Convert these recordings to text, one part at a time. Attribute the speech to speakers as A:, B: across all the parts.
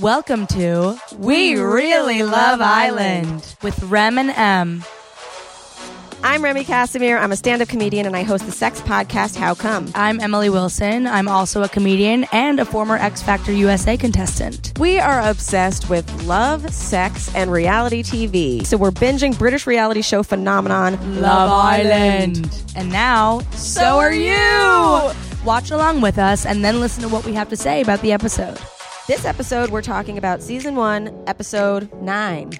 A: Welcome to We Really Love Island with Rem and M.
B: I'm Remy Casimir. I'm a stand up comedian and I host the sex podcast, How Come?
A: I'm Emily Wilson. I'm also a comedian and a former X Factor USA contestant.
C: We are obsessed with love, sex, and reality TV.
B: So we're binging British reality show phenomenon,
A: And now, so are you! Watch along with us and then listen to what we have to say about the episode.
B: This episode, we're talking about season one, episode nine.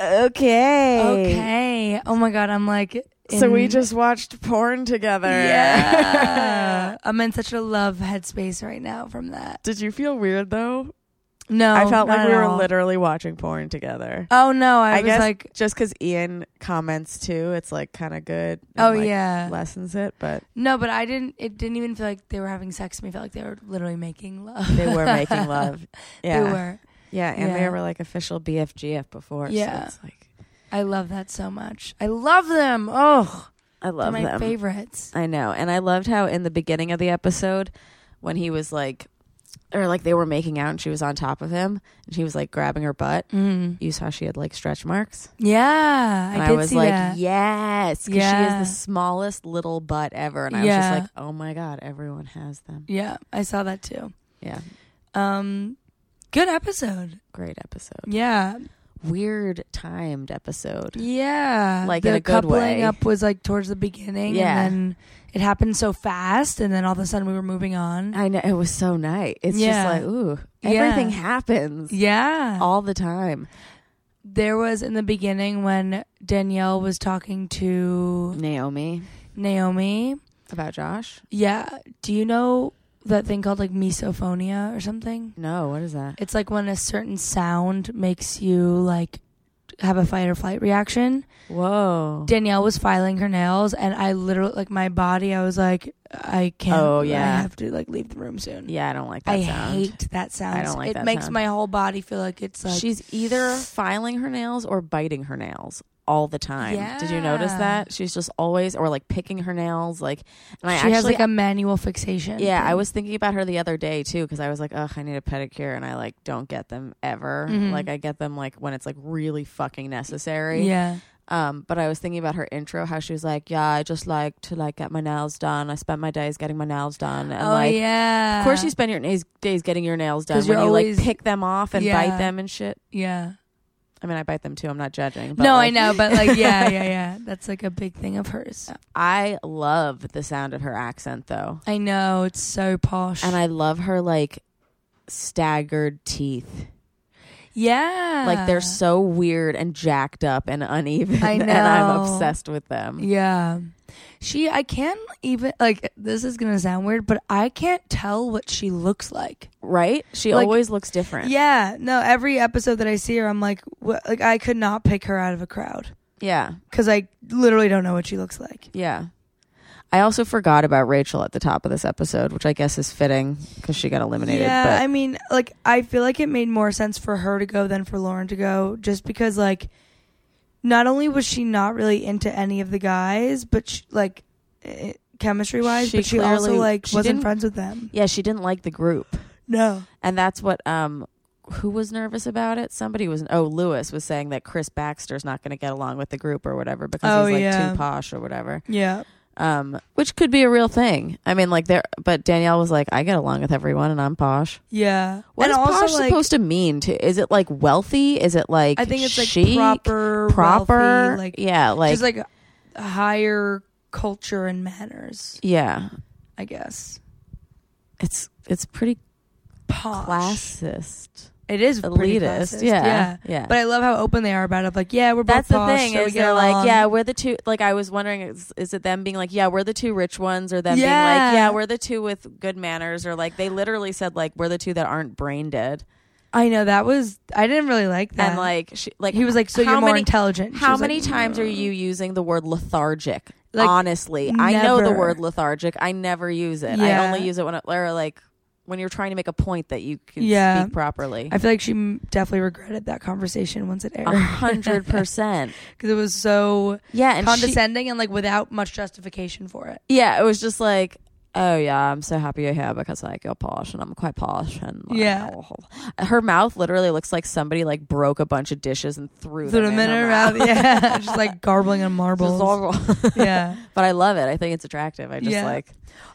B: Okay.
A: Okay. Oh my God, I'm like.
C: So we
A: in-
C: just watched porn together.
A: Yeah. I'm in such a love headspace right now from that.
C: Did you feel weird though?
A: No.
C: I felt
A: not
C: like we
A: at
C: were
A: all.
C: literally watching porn together.
A: Oh no, I,
C: I,
A: was
C: guess
A: like,
C: just because Ian comments too, it's like kind of good. and,
A: oh
C: like,
A: yeah.
C: lessens it, but
A: No, but I didn't. It didn't even feel like they were having sex. It made me felt like they were literally making love.
C: they were making love. Yeah,
A: They were.
C: yeah, and
A: Yeah.
C: they were like official BFGF before.
A: Yeah.
C: so it's like
A: I love that so much. I love them. Oh,
C: I
A: they're
C: love
A: my
C: them.
A: favorites.
C: I know. And I loved how in the beginning of the episode, when he was like, or like they were making out and she was on top of him and he was like grabbing her butt,
A: Mm.
C: you saw she had like stretch marks.
A: Yeah,
C: And
A: I did
C: was
A: see
C: like,
A: that.
C: yes, 'cause she
A: Yeah.
C: is the smallest little butt ever. And I
A: Yeah.
C: was just like, oh my God, everyone has them.
A: Yeah, I saw that too.
C: Yeah.
A: Um, good episode.
C: Great episode.
A: Yeah,
C: Weird timed episode.
A: yeah.
C: Like,
A: the
C: in a good
A: coupling
C: way.
A: up was like towards the beginning.
C: Yeah.
A: and then it happened so fast, and then all of a sudden we were moving on.
C: I know. It was so nice. It's
A: Yeah.
C: just like, ooh,
A: Yeah.
C: everything happens
A: yeah,
C: all the time.
A: there was in the beginning when Danielle was talking to
C: Naomi,
A: Naomi.
C: about Josh?
A: Yeah. Do you know that thing called like misophonia or something?
C: No, what is that?
A: It's like when a certain sound makes you like have a fight or flight reaction.
C: Whoa.
A: Danielle was filing her nails and I literally like my body I was like I can't
C: Oh, yeah.
A: I have to like leave the room soon.
C: Yeah, I don't like that
A: I
C: sound.
A: hate that sound.
C: I don't like
A: it
C: that
A: makes
C: sound.
A: my whole body feel like it's like
C: She's either filing her nails or biting her nails all the time. Did you notice
A: Yeah.
C: that? She's just always or like picking her nails like and I
A: she
C: actually
A: has like a manual fixation.
C: yeah, I
A: thing.
C: was thinking about her the other day too cuz I was like, "Ugh, I need a pedicure." And I like don't get them ever.
A: Mhm.
C: Like I get them like when it's like really fucking necessary.
A: Yeah.
C: Um, but I was thinking about her intro how she was like, "Yeah, I just like to like get my nails done. I spent my days getting my nails done." And
A: oh
C: like
A: yeah.
C: Of course, you spend your days, days getting your nails done
A: 'Cause
C: when
A: you're
C: you
A: always-
C: like pick them off and
A: Yeah.
C: bite them and shit.
A: Yeah.
C: I mean, I bite them too. I'm not judging. But
A: No, I
C: like,
A: know, but like yeah, yeah, yeah. That's like a big thing of hers.
C: I love the sound of her accent though,
A: I know it's so posh.
C: and I love her like staggered teeth.
A: yeah,
C: Like they're so weird and jacked up and uneven.
A: I
C: and I'm
A: know.
C: obsessed with them.
A: yeah. She, I can't even like. This is gonna sound weird, but I can't tell what she looks like.
C: Right? She
A: Like-
C: always looks different.
A: Yeah, no. Every episode that I see her, I'm like, what, like I could not pick her out of a crowd
C: Yeah.
A: because I literally don't know what she looks like.
C: Yeah. I also forgot about Rachel at the top of this episode, which I guess is fitting because she got eliminated.
A: Yeah,
C: but
A: I mean, like I feel like it made more sense for her to go than for Lauren to go, just because like not only was she not really into any of the guys, but she, like chemistry wise,
C: She
A: but she also
C: clearly-
A: like
C: she
A: wasn't
C: didn't-
A: friends with them.
C: yeah, she didn't like the group.
A: No.
C: And that's what um who was nervous about it? Somebody was oh, Lewis was saying that Chris Baxter's not gonna get along with the group or whatever because
A: Oh,
C: he's like
A: yeah.
C: too posh or whatever.
A: Yeah.
C: Um which could be a real thing. I mean like there but Danielle was like, I get along with everyone and I'm posh.
A: Yeah.
C: What
A: and
C: is
A: also
C: posh
A: like
C: supposed to mean to is it like wealthy? Is it like
A: I think it's like
C: chic?
A: proper,
C: proper
A: wealthy, like,
C: yeah, like,
A: just like a higher culture and manners,
C: Yeah.
A: I guess.
C: It's it's pretty
A: Posh.
C: classist.
A: It is pretty
C: elitist.
A: classist,
C: Yeah.
A: Yeah.
C: Yeah.
A: But I love how open they are about it. Like, yeah, we're both
C: That's the
A: posh,
C: thing
A: so we Um,
C: is
A: get
C: they're like,
A: along.
C: yeah, we're the two. Like I was wondering, is, is it them being like, yeah, we're the two rich ones, or them being
A: Yeah.
C: like, yeah, we're the two with good manners, or like they literally said like we're the two that aren't brain dead,
A: I know that was I didn't really like that.
C: and like she, like
A: he was like, so
C: how
A: you're more
C: many-
A: intelligent. She
C: How
A: was
C: many
A: like,
C: times are you using the word lethargic?
A: Like,
C: honestly, I know the
A: never.
C: word lethargic. I never use it. I
A: Yeah.
C: only use it when it, or like when you're trying to make a point that you can
A: Yeah.
C: speak properly.
A: I feel like she m- definitely regretted that conversation once it aired
C: A hundred percent.
A: because it was so
C: Yeah, and she,
A: condescending and like without much justification for it.
C: yeah, it was just like, oh yeah, I'm so happy you're here because like you're posh and I'm quite posh and like,
A: Yeah.
C: Her mouth literally looks like somebody like broke a bunch of dishes and threw
A: Threw
C: them
A: them in her mouth, yeah, just like garbling on marbles. yeah.
C: but I love it. I think it's attractive. I just
A: Yeah.
C: like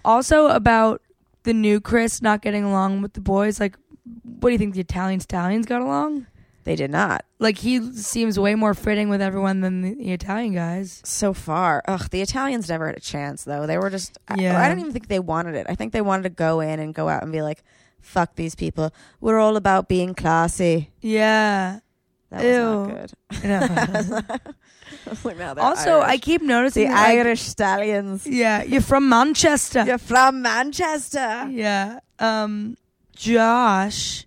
A: Also about the new Chris not getting along with the boys. Like, what do you think the Italian stallions got along?
C: they did not
A: Like he seems way more fitting with everyone than the, the Italian guys.
C: so far. Ugh, the Italians never had a chance though. They were just I-
A: Yeah.
C: I, don't even think they wanted it. I think they wanted to go in and go out and be like, "Fuck these people. We're all about being classy."
A: Yeah.
C: That was
A: Ew.
C: not good. I was like, no, they're
A: also, I
C: Irish.
A: keep
C: the
A: noticing. that, like-
C: Irish stallions.
A: yeah, you're from Manchester.
C: You're from Manchester.
A: Yeah. Um Josh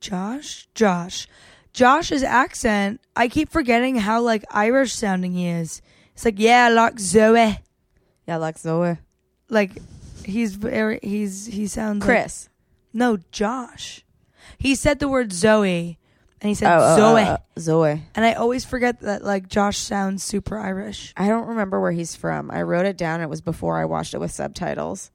A: Josh Josh Josh's accent, I keep forgetting how like Irish sounding he is. It's like, yeah, like Zoe.
C: Yeah, like Zoe.
A: Like he's very he's he sounds like-
C: Chris.
A: no, Josh. He said the word Zoe and he said
C: oh, oh,
A: Zoe.
C: oh, oh, Zoe.
A: And I always forget that like Josh sounds super Irish.
C: I don't remember where he's from. I wrote it down. It was before I watched it with subtitles,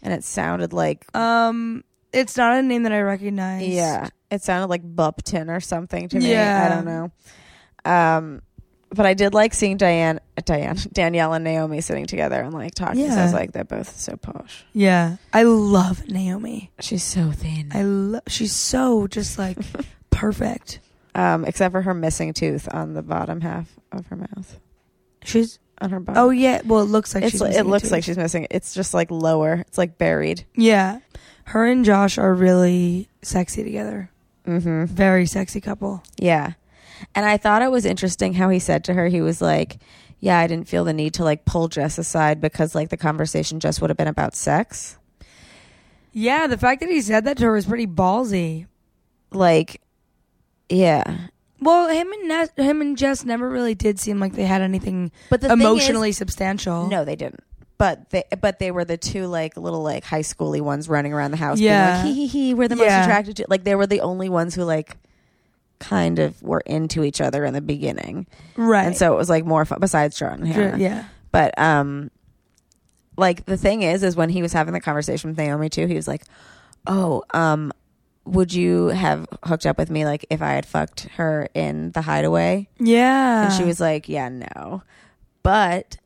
C: and it sounded like
A: Um it's not a name that I recognize.
C: yeah, it sounded like Bupton or something to me.
A: Yeah.
C: I don't know. Um, but I did like seeing Diane, Diane, Danielle, and Naomi sitting together and like talking. So I
A: Yeah.
C: was like, they're both so posh.
A: Yeah. I love Naomi.
C: She's so thin.
A: I love. She's so just like perfect.
C: um, except for her missing tooth on the bottom half of her mouth,
A: She's
C: on her bottom.
A: oh yeah. Well, it looks like
C: it's
A: she's
C: like, it
A: missing a
C: looks
A: tooth.
C: like she's missing. It's just like lower. It's like buried.
A: yeah. Her and Josh are really sexy together.
C: Mm-hmm.
A: Very sexy couple.
C: Yeah. And I thought it was interesting how he said to her, he was like, Yeah, I didn't feel the need to like pull Jess aside because like the conversation just would have been about sex.
A: Yeah, the fact that he said that to her was pretty ballsy.
C: Like, yeah.
A: Well, him and Ness, him and Jess never really did seem like they had anything
C: But the
A: emotionally substantial.
C: no, they didn't. But they, but they were the two like little like high schooly ones running around the house.
A: Yeah.
C: being like, hee hee hee. We're the
A: Yeah.
C: most attracted to. Like they were the only ones who like kind of were into each other in the beginning,
A: right?
C: and so it was like more fun besides John. and Hannah.
A: Dr- yeah,
C: But um like the thing is is when he was having the conversation with Naomi too, he was like, "Oh, um would you have hooked up with me like if I had fucked her in the hideaway?"
A: yeah.
C: And she was like, "Yeah, no." But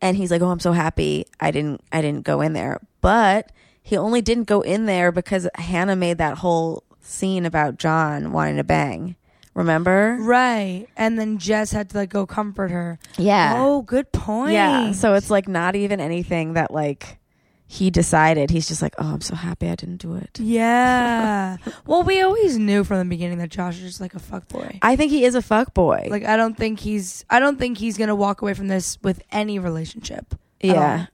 C: and he's like, "Oh, I'm so happy I didn't I didn't go in there." But he only didn't go in there because Hannah made that whole scene about John wanting to bang. Remember?
A: right, and then Jess had to like go comfort her.
C: Yeah.
A: Oh, good point.
C: Yeah. So it's like not even anything that like he decided. He's just like, oh, I'm so happy I didn't do it.
A: Yeah. well, we always knew from the beginning that Josh is just like a fuck boy.
C: I think he is a fuck boy.
A: Like I don't think he's I don't think he's gonna walk away from this with any relationship. at
C: yeah,
A: all.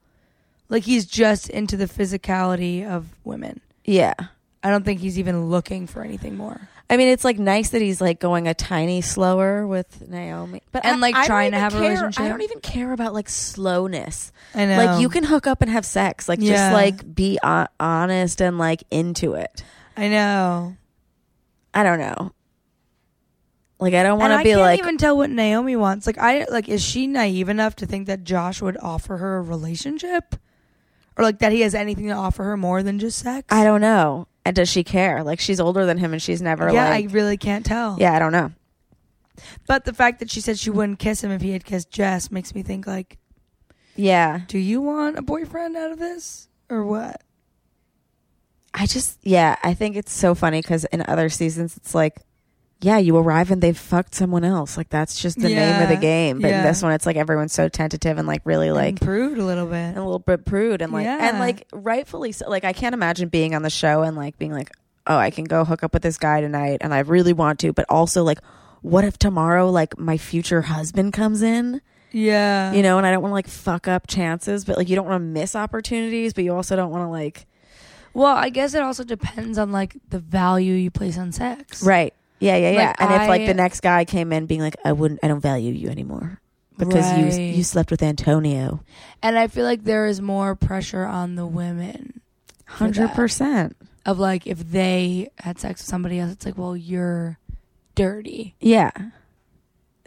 A: Like he's just into the physicality of women.
C: yeah.
A: I don't think he's even looking for anything more.
C: I mean, it's like nice that he's like going a tiny slower with Naomi, but
A: And,
C: I-
A: like,
C: I don't
A: trying to
C: even
A: have a
C: care-
A: relationship.
C: I don't even care about like slowness.
A: I know.
C: Like you can hook up and have sex. Like just
A: Yeah.
C: like be hon- honest and like into it.
A: I know.
C: I don't know. Like I don't want
A: And
C: to
A: I
C: be
A: can't
C: like
A: even tell what Naomi wants. Like I like is she naive enough to think that Josh would offer her a relationship? Or like that he has anything to offer her more than just sex?
C: I don't know. And does she care? Like she's older than him and she's never
A: Yeah,
C: like
A: I really can't tell.
C: Yeah, I don't know.
A: But the fact that she said she wouldn't kiss him if he had kissed Jess makes me think like,
C: Yeah.
A: do you want a boyfriend out of this or what?
C: I just yeah, I think it's so funny cuz in other seasons it's like yeah, you arrive and they've fucked someone else. Like that's just the name of the
A: Yeah.
C: game. But
A: Yeah.
C: in this one it's like everyone's so tentative and like really like
A: improved a little bit.
C: and a little bit prude and like and
A: Yeah.
C: like rightfully so. Like I can't imagine being on the show and like being like, "Oh, I can go hook up with this guy tonight and I really want to," but also like what if tomorrow like my future husband comes in?
A: Yeah,
C: you know, and I don't want to like fuck up chances, but like you don't want to miss opportunities, but you also don't want to like
A: Well, I guess it also depends on like the value you place on sex.
C: right. Yeah, yeah, yeah.
A: Like,
C: and if like
A: I-
C: the next guy came in being like, I wouldn't, I don't value you anymore. because you
A: Right.
C: you slept with Antonio.
A: And I feel like there is more pressure on the women For that.
C: 100%.
A: of like if they had sex with somebody else, it's like, well, you're dirty.
C: Yeah.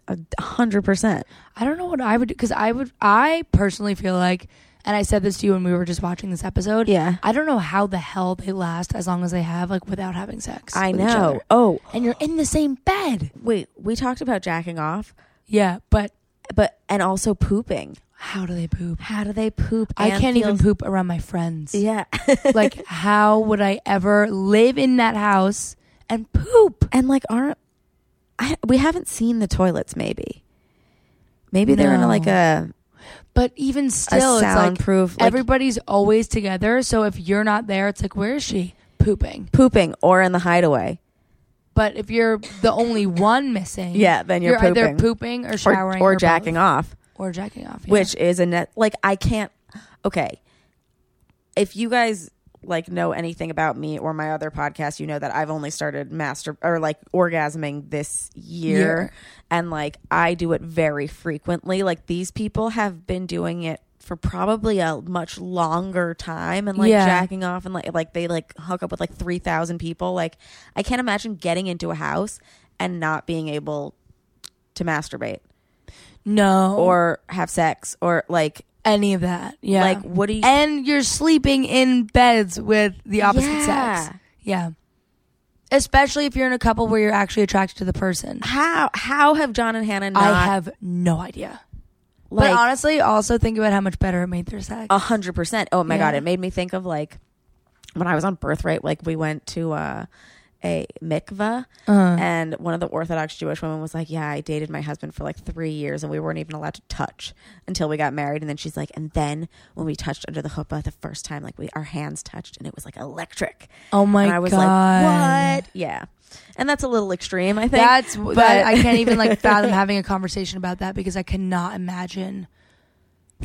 C: A 100%.
A: I don't know what I would do because I would, I personally feel like, and I said this to you when we were just watching this episode.
C: Yeah.
A: I don't know how the hell they last as long as they have, like, without having sex.
C: I
A: with each
C: know.
A: other.
C: Oh,
A: And you're in the same bed.
C: wait, we talked about jacking off,
A: Yeah, but
C: but and also pooping.
A: how do they poop?
C: How do they poop?
A: I
C: and
A: can't even
C: feel-
A: poop around my friends.
C: Yeah.
A: like, how would I ever live in that house and poop?
C: and like aren't I, we haven't seen the toilets maybe. Maybe they're in
A: No.
C: like a
A: But even
C: a
A: still, it's like
C: soundproof like,
A: everybody's always together. So if you're not there, it's like, where is she? Pooping.
C: pooping or in the hideaway.
A: But if you're the only one missing,
C: Yeah, then you're,
A: you're,
C: pooping.
A: either pooping or
C: or,
A: showering
C: or jacking off,
A: or jacking off. yeah.
C: which is a net like I can't okay. If you guys like know anything about me or my other podcast, you know that I've only started master or like orgasming this year.
A: Year.
C: and like I do it very frequently. Like these people have been doing it for probably a much longer time and like
A: Yeah.
C: jacking off and like like they like hook up with like 3000 people. Like I can't imagine getting into a house and not being able to masturbate
A: no, or
C: or have sex or like
A: any of that. Yeah,
C: like what do you
A: and you're sleeping in beds with the opposite
C: Yeah.
A: sex. Yeah, especially if you're in a couple where you're actually attracted to the person.
C: how how have John and Hannah not
A: I have no idea.
C: like
A: but honestly, also think about how much better it made their sex.
C: A hundred percent. Oh my god,
A: Yeah.
C: it made me think of like when I was on birthright. Like we went to uh, a mikvah,
A: Uh,
C: and one of the Orthodox Jewish women was like, "Yeah, I dated my husband for like three years, and we weren't even allowed to touch until we got married." And then she's like, "And then when we touched under the chuppah the first time, like we our hands touched, and it was like electric."
A: oh my
C: and I was
A: god,
C: like, "What?" Yeah, and that's a little extreme, I think.
A: That's
C: but-
A: that I can't even like fathom having a conversation about that because I cannot imagine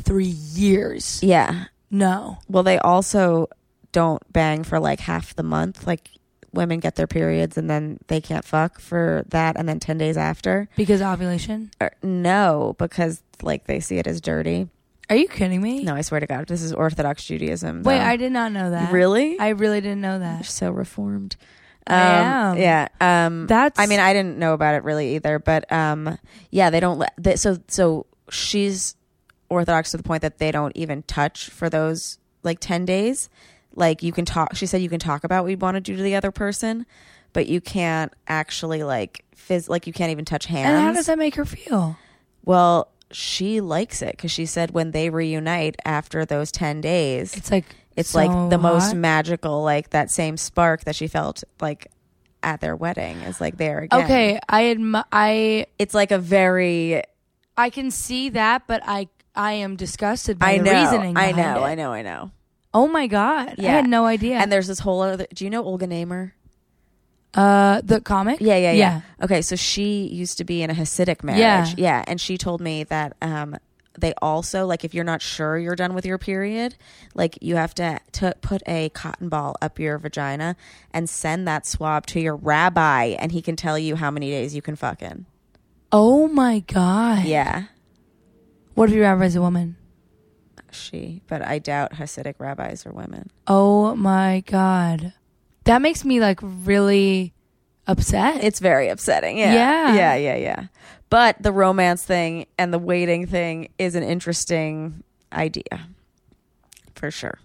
A: three years.
C: yeah.
A: No.
C: Well, they also don't bang for like half the month. Like women get their periods and then they can't fuck for that and then 10 days after.
A: Because ovulation?
C: Or, no, because like they see it as dirty.
A: Are you kidding me?
C: No, I swear to God, this is Orthodox Judaism.
A: Wait,
C: though.
A: I did not know that.
C: really?
A: I really didn't know
C: You're
A: that.
C: so reformed. Um,
A: I am.
C: Yeah. Um,
A: That's
C: I mean, I didn't know about it really either, but um, yeah, they don't let. They, so, so she's orthodox to the point that they don't even touch for those like ten days. Like you can talk. She said you can talk about what you want to do to the other person, but you can't actually like phys. Like you can't even touch hands.
A: and how does that make her feel?
C: well, she likes it because she said when they reunite after those ten days,
A: It's like
C: it's
A: so
C: like the most
A: hot.
C: magical. Like that same spark that she felt like at their wedding is like there again.
A: Okay, I admi- I
C: it's like a very
A: I can see that, but I I am disgusted by
C: I
A: the
C: know,
A: reasoning.
C: I
A: behind
C: know,
A: it.
C: I know, I know.
A: Oh my god, I
C: Yeah.
A: had no idea.
C: And there's this whole other. Do you know Olga Namer?
A: uh, the comic.
C: Yeah, yeah, yeah,
A: Yeah.
C: Okay, so she used to be in a Hasidic marriage.
A: Yeah.
C: yeah, and she told me that um, they also like if you're not sure you're done with your period, like you have to to put a cotton ball up your vagina and send that swab to your rabbi, and he can tell you how many days you can fuck in.
A: Oh my god.
C: Yeah,
A: What if your rabbi's a woman?
C: she. But I doubt Hasidic rabbis are women.
A: Oh my god. That makes me like really upset.
C: It's very upsetting. Yeah.
A: Yeah.
C: Yeah. Yeah. yeah. But the romance thing and the waiting thing is an interesting idea for sure.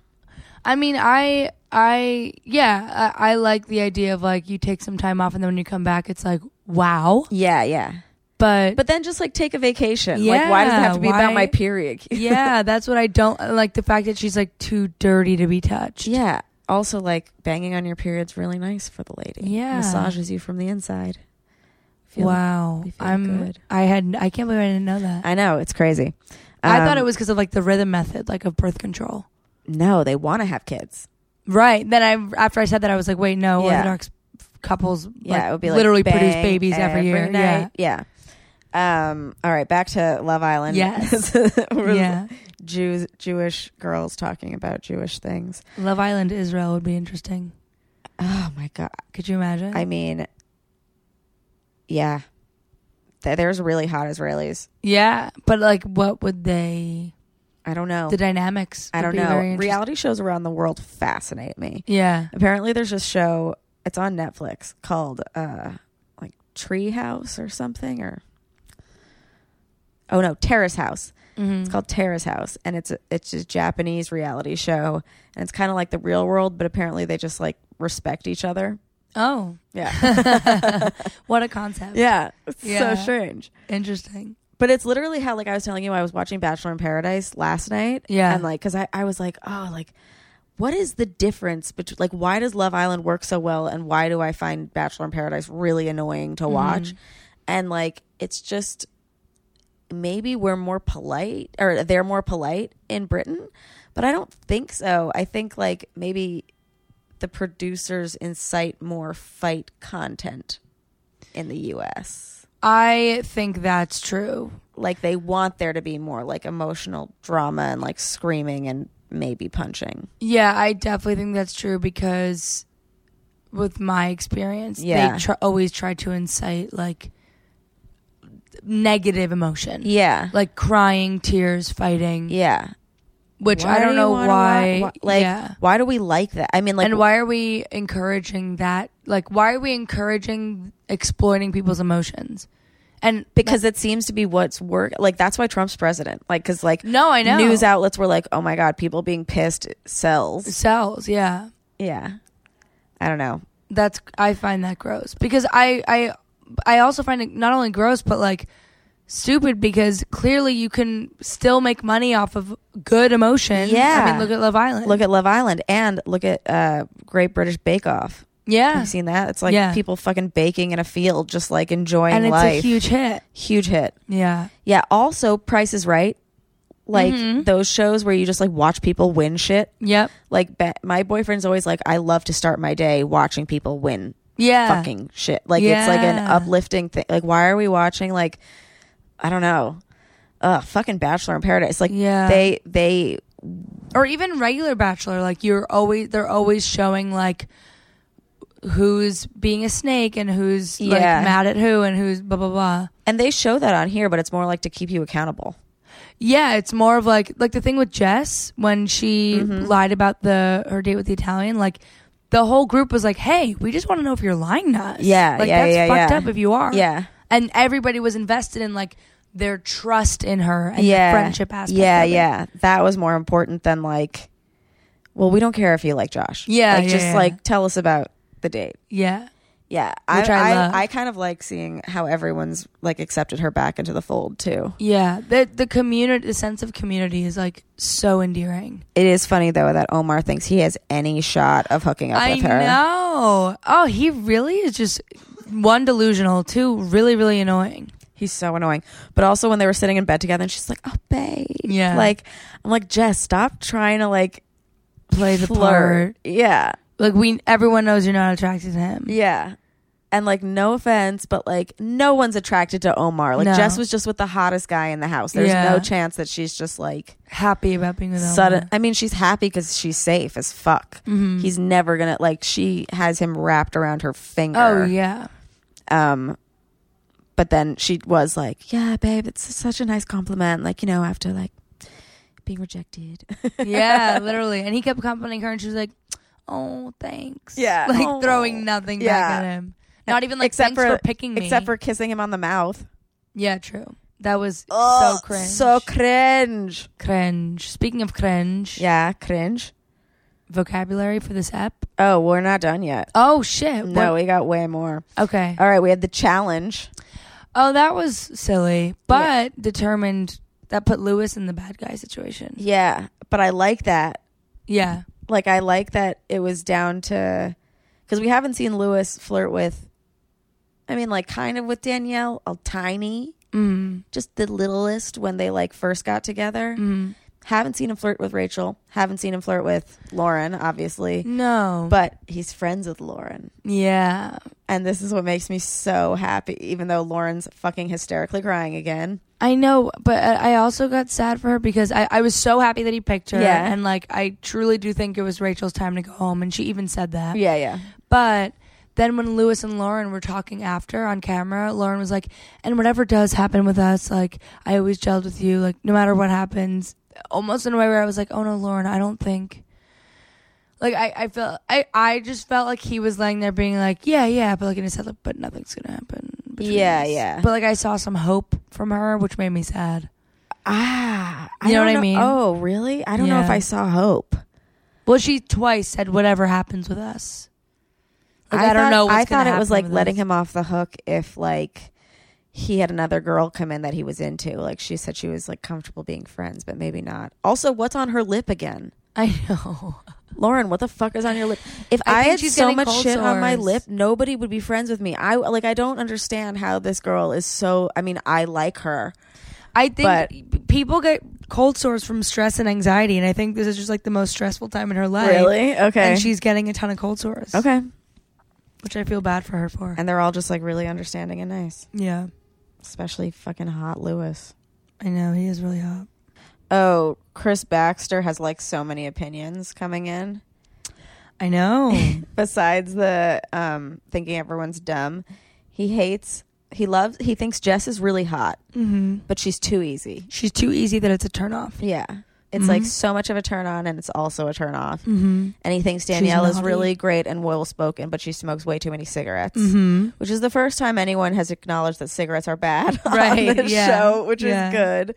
A: I mean, I I yeah, I, I like the idea of like you take some time off and then when you come back it's like wow.
C: Yeah. Yeah.
A: But,
C: But then just like take a vacation. like, why does it have to be
A: Yeah,
C: about my
A: why-
C: period?
A: yeah, that's what I don't like the fact that she's like too dirty to be touched.
C: yeah. Also, like banging on your period's really nice for the lady.
A: Yeah.
C: Massages you from the inside. Feel-
A: wow.
C: you feel
A: I'm
C: good.
A: I had I can't believe I didn't know that.
C: I know. It's crazy.
A: I
C: Um,
A: thought it was because of like the rhythm method, like of birth control.
C: No, they want to have kids.
A: Right. Then I after I said that I was like, wait, no,
C: Yeah.
A: Orthodox couples like,
C: Yeah, it would be like
A: literally produce
C: bang
A: babies every, year. Yeah.
C: night. Yeah. Um, all right, back to Love Island.
A: Yes.
C: We're
A: Yeah.
C: Jews, Jewish girls talking about Jewish things.
A: Love Island Israel would be interesting.
C: Oh my god!
A: Could you imagine?
C: I mean, yeah, th- there's really hot Israelis.
A: Yeah, but like, what would they?
C: I don't know.
A: The dynamics.
C: Oh. I
A: would
C: don't
A: be very
C: know.
A: interest-
C: Reality shows around the world fascinate me.
A: Yeah.
C: Apparently, there's this show. It's on Netflix called uh, like Tree House or something or oh no, Terrace House.
A: Mm-hmm.
C: It's called Terrace House, and it's a, it's a Japanese reality show, and it's kind of like the real world, but apparently they just like respect each other.
A: Oh,
C: Yeah,
A: what a concept.
C: yeah, it's
A: Yeah.
C: so strange.
A: Interesting.
C: But it's literally how like I was telling you, I was watching Bachelor in Paradise last night.
A: Yeah.
C: and like because I I was like, oh, like what is the difference between like why does Love Island work so well, and why do I find Bachelor in Paradise really annoying to watch? And like it's just maybe we're more polite or they're more polite in Britain, but I don't think so. I think like maybe the producers incite more fight content in the U.S
A: I think that's true.
C: like they want there to be more like emotional drama and like screaming and maybe punching.
A: Yeah, I definitely think that's true because with my experience,
C: Yeah.
A: they tr- always try to incite like negative emotion.
C: Yeah.
A: Like crying, tears, fighting,
C: Yeah.
A: which I don't
C: do
A: know
C: you wanna
A: why.
C: wa- like
A: yeah.
C: why do we like that? I mean like
A: and why are we encouraging that? Like, why are we encouraging exploiting people's emotions? And
C: because it seems to be what's work like that's why Trump's president. Like cuz like
A: no, I know
C: news outlets were like, "Oh my god, people being pissed sells."
A: sells. Yeah,
C: Yeah. I don't know.
A: that's I find that gross because I I I also find it not only gross but like stupid because clearly you can still make money off of good emotion.
C: Yeah.
A: I mean, look at Love Island.
C: Look at Love Island and look at uh Great British Bake Off. Have
A: yeah,
C: you seen that? It's like
A: Yeah.
C: people fucking baking in a field just like enjoying
A: and it's
C: life.
A: a huge hit.
C: huge hit.
A: Yeah,
C: Yeah. Also, Price is Right. Like
A: Mhm.
C: those shows where you just like watch people win shit.
A: yep,
C: Like ba- my boyfriend's always like, I love to start my day watching people win
A: yeah,
C: fucking shit. Like it's like an
A: Yeah.
C: uplifting thing. Like why are we watching like I don't know, uh, fucking Bachelor in Paradise? Like
A: Yeah.
C: they they
A: or even regular Bachelor. Like you're always they're always showing like who's being a snake and who's like
C: Yeah.
A: mad at who and who's blah blah blah.
C: and they show that on here, but it's more like to keep you accountable.
A: Yeah, it's more of like like the thing with Jess when she
C: Mm-hmm.
A: lied about the her date with the Italian. Like the whole group was like, "Hey, we just want to know if you're lying to us."
C: Yeah,
A: like
C: yeah,
A: that's
C: yeah,
A: fucked
C: yeah.
A: up if you are.
C: Yeah.
A: and everybody was invested in like their trust in her and
C: yeah.
A: the friendship aspect.
C: Yeah,
A: of it.
C: yeah. That was more important than like, well, we don't care if you like Josh.
A: Yeah,
C: Like
A: yeah,
C: just
A: yeah.
C: like tell us about the date.
A: yeah.
C: Yeah,
A: Which I
C: I I,
A: love.
C: I kind of like seeing how everyone's like accepted her back into the fold too.
A: Yeah, the the community, the sense of community is like so endearing.
C: It is funny though that Omar thinks he has any shot of hooking up
A: I
C: with her.
A: know. Oh, he really is just one delusional, two really really annoying.
C: He's so annoying. But also when they were sitting in bed together and she's like, "Oh, babe."
A: Yeah.
C: Like I'm like, "Jess, stop trying to like
A: Play the
C: flirt."
A: part.
C: Yeah.
A: Like we, everyone knows you're not attracted to him.
C: Yeah. And like no offense, but like no one's attracted to Omar. Like
A: No.
C: Jess was just with the hottest guy in the house. There's
A: Yeah.
C: no chance that she's just like
A: Happy about being with him.
C: sudden. I mean, she's happy because she's safe as fuck.
A: Mhm.
C: He's never gonna like. She has him wrapped around her finger.
A: Oh yeah,
C: Um, but then she was like, "Yeah, babe, it's such a nice compliment. Like, you know, after like being rejected.
A: yeah, literally. And he kept complimenting her, and she was like, "Oh, thanks."
C: Yeah.
A: like
C: Oh.
A: throwing nothing
C: Yeah.
A: back at him. Not even like
C: Except
A: thanks for,
C: for-
A: picking me.
C: Except for kissing him on the mouth.
A: yeah, true. That was
C: Ugh,
A: so cringe.
C: Oh, So cringe.
A: cringe. Speaking of cringe,
C: Yeah, cringe.
A: vocabulary for this app.
C: Oh, we're not done yet.
A: Oh shit.
C: No, Uh,
A: What-
C: we got way more.
A: Okay.
C: All right, we had the challenge.
A: Oh, that was silly, but determined. That put Lewis in the bad guy situation.
C: Yeah, but I like that.
A: Yeah.
C: Like, I like that it was down to because we haven't seen Lewis flirt with. I mean, like, kind of with Danielle, a tiny,
A: Mm.
C: just the littlest when they like first got together.
A: Mm.
C: Haven't seen him flirt with Rachel. Haven't seen him flirt with Lauren, obviously.
A: No.
C: But he's friends with Lauren.
A: yeah.
C: And this is what makes me so happy, even though Lauren's fucking hysterically crying again.
A: I know, but I I also got sad for her because I, I was so happy that he picked her.
C: Yeah.
A: And like, I truly do think it was Rachel's time to go home. And she even said that.
C: Yeah, yeah.
A: But then when Lewis and Lauren were talking after on camera, Lauren was like, "And whatever does happen with us, like I always gelled with you. Like no matter what happens." Almost in a way where I was like, "Oh no, Lauren, I don't think." Like I, I felt I, I just felt like he was laying there being like, yeah, yeah, but like in his head, like, but nothing's gonna happen. between
C: Yeah,
A: us."
C: yeah.
A: But like I saw some hope from her, which made me sad.
C: Ah, I
A: You know
C: don't
A: what I mean?
C: Oh, really? I don't know if
A: Yeah.
C: I saw hope.
A: Well, she twice said, "Whatever happens with us." Like I, don't
C: thought-
A: know. What's
C: I thought
A: gonna
C: it was
A: happen
C: like
A: with
C: letting
A: us.
C: him off the hook if like he had another girl come in that he was into. Like she said she was like comfortable being friends, but maybe not. Also, what's on her lip again?
A: I know.
C: Lauren, what the fuck is on your lip? If
A: I
C: I,
A: think
C: had
A: she's
C: so
A: getting
C: much
A: cold
C: shit on my
A: sores.
C: lip, nobody would be friends with me. I like I don't understand how this girl is so I mean, I like her.
A: I think
C: But-
A: p- people get cold sores from stress and anxiety, and I think this is just like the most stressful time in her life.
C: Okay.
A: And she's getting a ton of cold sores.
C: Okay.
A: Which I feel bad for her for.
C: And they're all just like really understanding and nice.
A: yeah,
C: Especially fucking hot Lewis.
A: I know he is really hot.
C: Oh, Chris Baxter has like so many opinions coming in.
A: I know.
C: besides the um, thinking everyone's dumb, he hates. He loves. He thinks Jess is really hot,
A: hmm
C: but she's too easy.
A: She's too easy that it's a turnoff.
C: Yeah, it's like
A: Mhm.
C: so much of a turn on, and it's also a turn off.
A: Mm-hmm.
C: And he thinks Danielle is
A: naughty.
C: really great and well spoken, but she smokes way too many cigarettes.
A: Mm-hmm.
C: Which is the first time anyone has acknowledged that cigarettes are bad on
A: Right,
C: this
A: yeah,
C: show, which
A: yeah.
C: is good.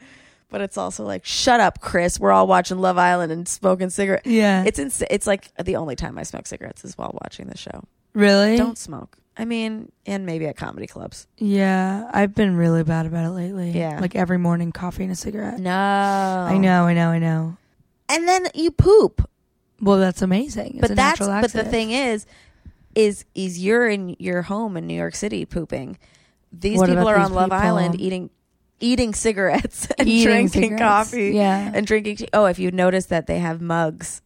C: But it's also like, shut up, Chris. We're all watching Love Island and smoking cigarettes.
A: Yeah.
C: It's ins- it's like the only time I smoke cigarettes is while watching the show.
A: really.
C: don't smoke. I mean, and maybe at comedy clubs.
A: Yeah, I've been really bad about it lately.
C: Yeah.
A: Like every morning, coffee and a cigarette.
C: No.
A: I know. I know. I know.
C: And then you poop.
A: Well, that's amazing. It's a
C: but that's
A: natural
C: but the
A: laxative.
C: thing is is is you're in your home in New York City pooping. These
A: What
C: people
A: about
C: are
A: these
C: on Love
A: people?
C: Island eating eating cigarettes and
A: Eating
C: drinking
A: cigarettes.
C: coffee
A: Yeah.
C: and drinking tea. Oh, if you notice that they have mugs.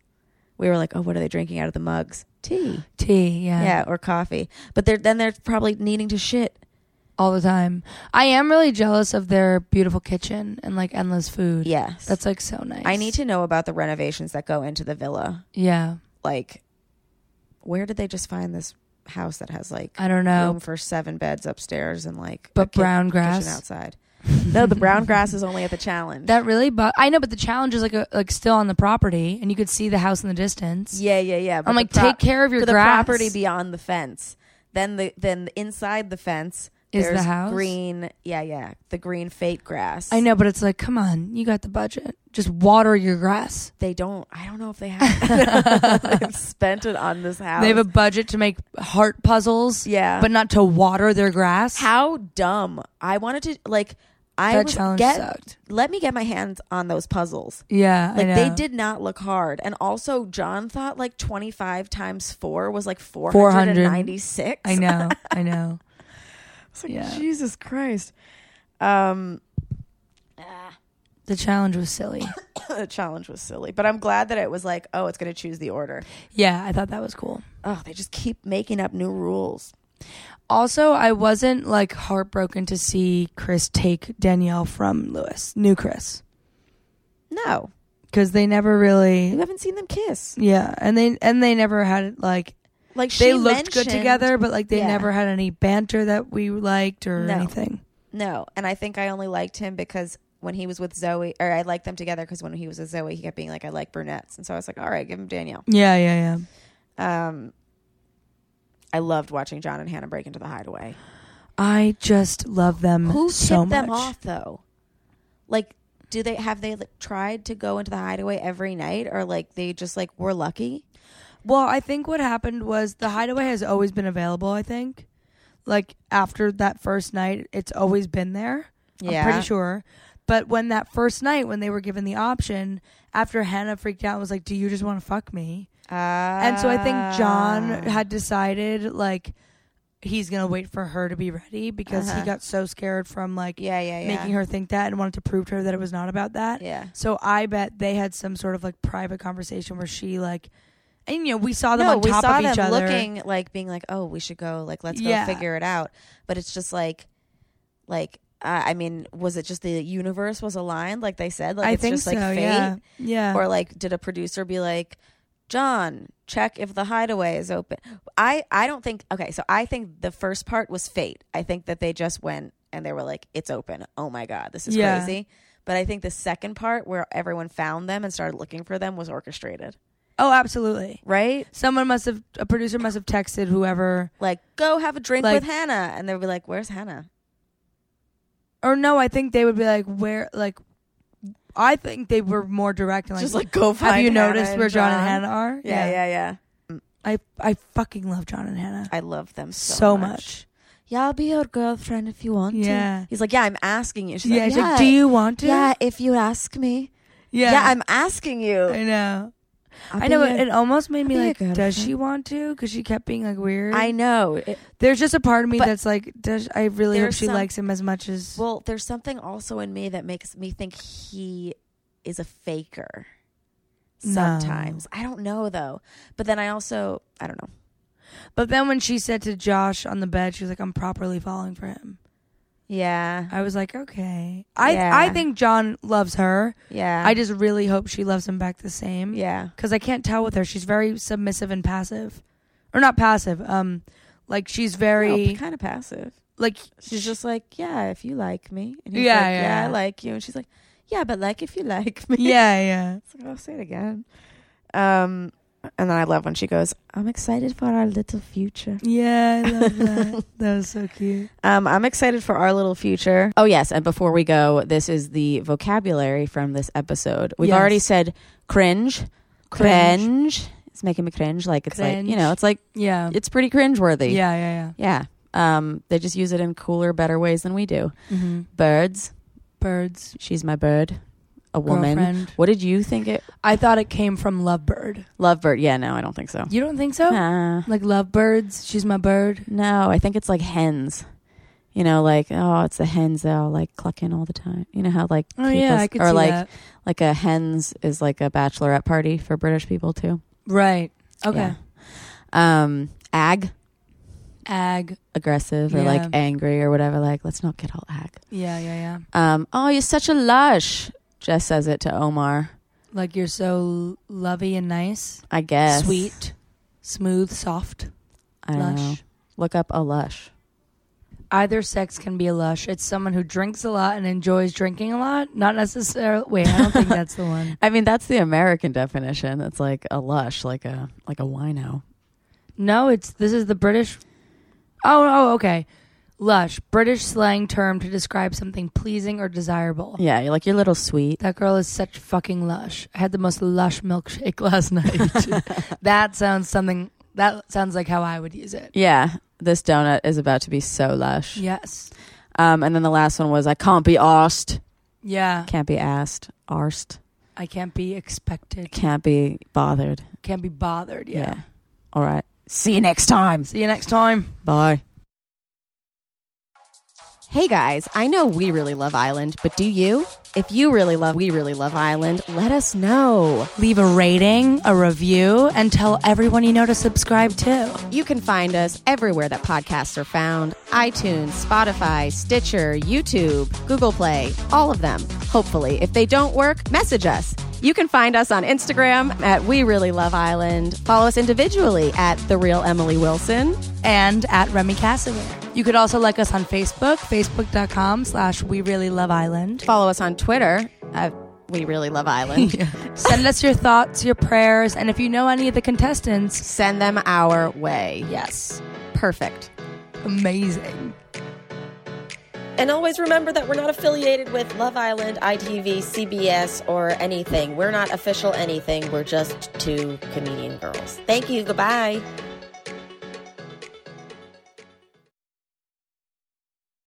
C: We were like, "Oh, what are they drinking out of the mugs?" Tea.
A: tea. Yeah.
C: Yeah, or coffee. But they're then they're probably needing to shit.
A: All the time. I am really jealous of their beautiful kitchen and like endless food.
C: Yes.
A: That's like so nice.
C: I need to know about the renovations that go into the villa.
A: Yeah.
C: like where did they just find this house that has like
A: I don't know.
C: room for seven beds upstairs and like a
A: Uh, But
C: ki-
A: brown
C: kitchen
A: grass?
C: outside no the brown grass is only at the challenge
A: That really, but I know. But the challenge is like a, like still on the property, and you could see the house in the distance.
C: yeah yeah yeah but
A: I'm
C: the
A: like, take care of your
C: for the
A: grass.
C: property beyond the fence then the then inside the fence
A: Is the
C: there's
A: house?
C: green yeah yeah the green fake grass
A: I know, but it's like, come on, you got the budget. Just water your grass.
C: they don't i don't know if they have they've spent it on this house
A: They have a budget to make heart puzzles,
C: yeah
A: but not to water their grass.
C: how dumb i wanted to like i
A: that
C: was
A: challenge
C: get
A: sucked.
C: let me get my hands on those puzzles.
A: Yeah,
C: Like
A: I know.
C: they did not look hard. And also John thought like 25 times 4 was like
A: 400.
C: 496.
A: I know. I know.
C: It's like,
A: Yeah.
C: Jesus Christ. Um ah,
A: The challenge was silly.
C: the challenge was silly, but I'm glad that it was like, oh, it's going to choose the order.
A: Yeah, I thought that was cool.
C: Oh, they just keep making up new rules.
A: Also, I wasn't like heartbroken to see Chris take Danielle from Lewis, new Chris,
C: No.
A: because they never
C: You
A: really,
C: haven't seen them kiss.
A: yeah, and they and they never had like
C: Like she
A: they looked good
C: mentioned-
A: together, but like they
C: Yeah.
A: never had any banter that we liked or
C: No.
A: anything.
C: No, and I think I only liked him because when he was with Zoe, or I liked them together because when he was with Zoe, he kept being like, "I like brunettes," and so I was like, "All right, give him Danielle."
A: Yeah, yeah, yeah.
C: Um, I loved watching John and Hannah break into the hideaway.
A: I just love them
C: Who
A: so
C: tipped
A: much.
C: them off though? Like, do they have they like, tried to go into the hideaway every night, or like they just like were lucky?
A: Well, I think what happened was the hideaway has always been available. I think, like after that first night, it's always been there. I'm pretty sure. But when that first night, when they were given the option, after Hannah freaked out and was like, Do you just want to fuck me? And so I think John
C: Ah.
A: had decided, like, he's going to wait for her to be ready because
C: Uh-huh.
A: he got so scared from, like,
C: yeah, yeah, yeah,
A: making her think that and wanted to prove to her that it was not about that.
C: yeah.
A: So I bet they had some sort of, like, private conversation where she, like, and, you know, we saw them
C: no,
A: on top
C: we saw
A: of
C: them
A: each other.
C: looking like being like, oh, we should go, like let's
A: Yeah.
C: go figure it out. But it's just like, like uh, I mean, was it just the universe was aligned, like they said, like
A: I
C: it's
A: think
C: just
A: so,
C: like fate,
A: yeah. Yeah.
C: or like did a producer be like, John, check if the hideaway is open. I I don't think okay, so I think the first part was fate. I think that they just went and they were like it's open. Oh my god, this is
A: Yeah.
C: crazy. But I think the second part where everyone found them and started looking for them was orchestrated,
A: Oh, absolutely.
C: right?
A: Someone must have a producer must have texted whoever
C: Like go have a drink
A: Like-
C: with Hannah and they'll be like, "Where's Hannah?"
A: or no, I think they would be like where like I think they were more direct and like,
C: just like go find
A: have you
C: Hannah
A: noticed
C: and
A: where John, and Hannah are?
C: Yeah, yeah, yeah.
A: I I fucking love John and Hannah
C: I love them so,
A: so, much.
C: Yeah, I'll be your girlfriend if you want to.
A: Yeah.
C: He's like, yeah, I'm asking you. She's
A: yeah,
C: like,
A: she's
C: yeah,
A: like, do you want to?
C: Yeah, if you ask me.
A: yeah.
C: Yeah, I'm asking you.
A: I know.
C: I'll
A: I
C: be
A: know.
C: your-
A: It, it almost made me
C: be your
A: like, does she
C: girlfriend.
A: want to? Because she kept being like weird.
C: I know. It-
A: There's just a part of me
C: But-
A: that's like, does I really hope
C: There's
A: she
C: some-
A: likes him as much as
C: well, there's something also in me that makes me think he is a faker.
A: No.
C: Sometimes I don't know though, but then I also I don't know.
A: But then when she said to Josh on the bed, she was like, "I'm properly falling for him."
C: Yeah,
A: I was like, "Okay." I
C: Yeah.
A: I think John loves her.
C: yeah,
A: I just really hope she loves him back the same.
C: yeah,
A: Cuz I can't tell with her. She's very submissive and passive. Or not passive. Um like she's very
C: kind of passive.
A: like
C: She's just like, yeah, if you like me, and he's
A: Yeah,
C: like,
A: yeah,
C: yeah, I
A: yeah.
C: like you, and she's like, yeah, but like if you like me,
A: Yeah, yeah.
C: It's like, I'll say it again. Um, and then I love when she goes, I'm excited for our little future.
A: Yeah, I love that. that was so cute.
C: Um, I'm excited for our little future. Oh, yes. And before we go, this is the vocabulary from this episode. We've
A: Yes.
C: already said cringe, cringe. It's making me cringe. Like, it's like, you
A: Cringe.
C: know, it's like,
A: Yeah.
C: it's pretty cringeworthy.
A: Yeah, yeah,
C: Yeah. Um, they just use it in cooler, better ways than we do.
A: yeah. hmm
C: Birds.
A: Birds.
C: She's my bird. A woman.
A: Girlfriend.
C: What did you think it?
A: I thought it came from lovebird.
C: Lovebird. Yeah, no, I don't think so.
A: You don't think so?
C: Nah.
A: Like lovebirds, she's my bird.
C: No, I think it's like hens. You know, like oh, it's the hens that all like clucking all the time. You know how like
A: Oh
C: people-
A: yeah, I could
C: or
A: see
C: like
A: that.
C: like a hens is like a bachelorette party for British people too.
A: Right. Okay.
C: Yeah. Um, ag
A: Ag.
C: aggressive or
A: Yeah.
C: like angry or whatever. Like let's not get all ag.
A: Yeah, yeah, yeah.
C: Um, oh, you're such a lush. Jess says it to Omar.
A: Like you're so lovey and nice,
C: I guess
A: sweet, smooth, soft,
C: I don't
A: lush.
C: know. Look up a lush.
A: Either sex can be a lush. It's someone who drinks a lot and enjoys drinking a lot. Not necessarily. Wait, I don't think that's the one.
C: I mean, that's the American definition. It's like a lush, like a like a wino.
A: No, it's this is the British. Oh, oh, okay. Lush, British slang term to describe something pleasing or desirable.
C: Yeah, you're like your little sweet.
A: That girl is such fucking lush. I had the most lush milkshake last night. that sounds something. That sounds like how I would use it.
C: Yeah, this donut is about to be so lush.
A: Yes.
C: Um, and then the last one was I can't be arsed,
A: Yeah.
C: can't be asked, arsed,
A: I can't be expected.
C: can't be bothered.
A: Can't be bothered. Yeah.
C: Yeah. All right. See you next time.
A: See you next time.
C: Bye.
B: Hey guys, I know we really love Island, but do you? If you really love We Really Love Island, let us know.
A: Leave a rating, a review, and tell everyone you know to subscribe too.
B: You can find us everywhere that podcasts are found iTunes, Spotify, Stitcher, YouTube, Google Play, all of them. Hopefully, if they don't work, message us. You can find us on Instagram at We Really Love Island. Follow us individually at The Real Emily Wilson.
A: And at Remy Cassaway. You could also like us on Facebook, facebook.com slash we really love island.
B: Follow us on Twitter at We Really Love Island.
A: Send us your thoughts, your prayers, and if you know any of the contestants,
B: Send them our way.
A: yes.
B: Perfect.
A: Amazing.
D: And always remember that we're not affiliated with Love Island, ITV, CBS, or anything. We're not official anything. We're just two comedian girls. Thank you. Goodbye.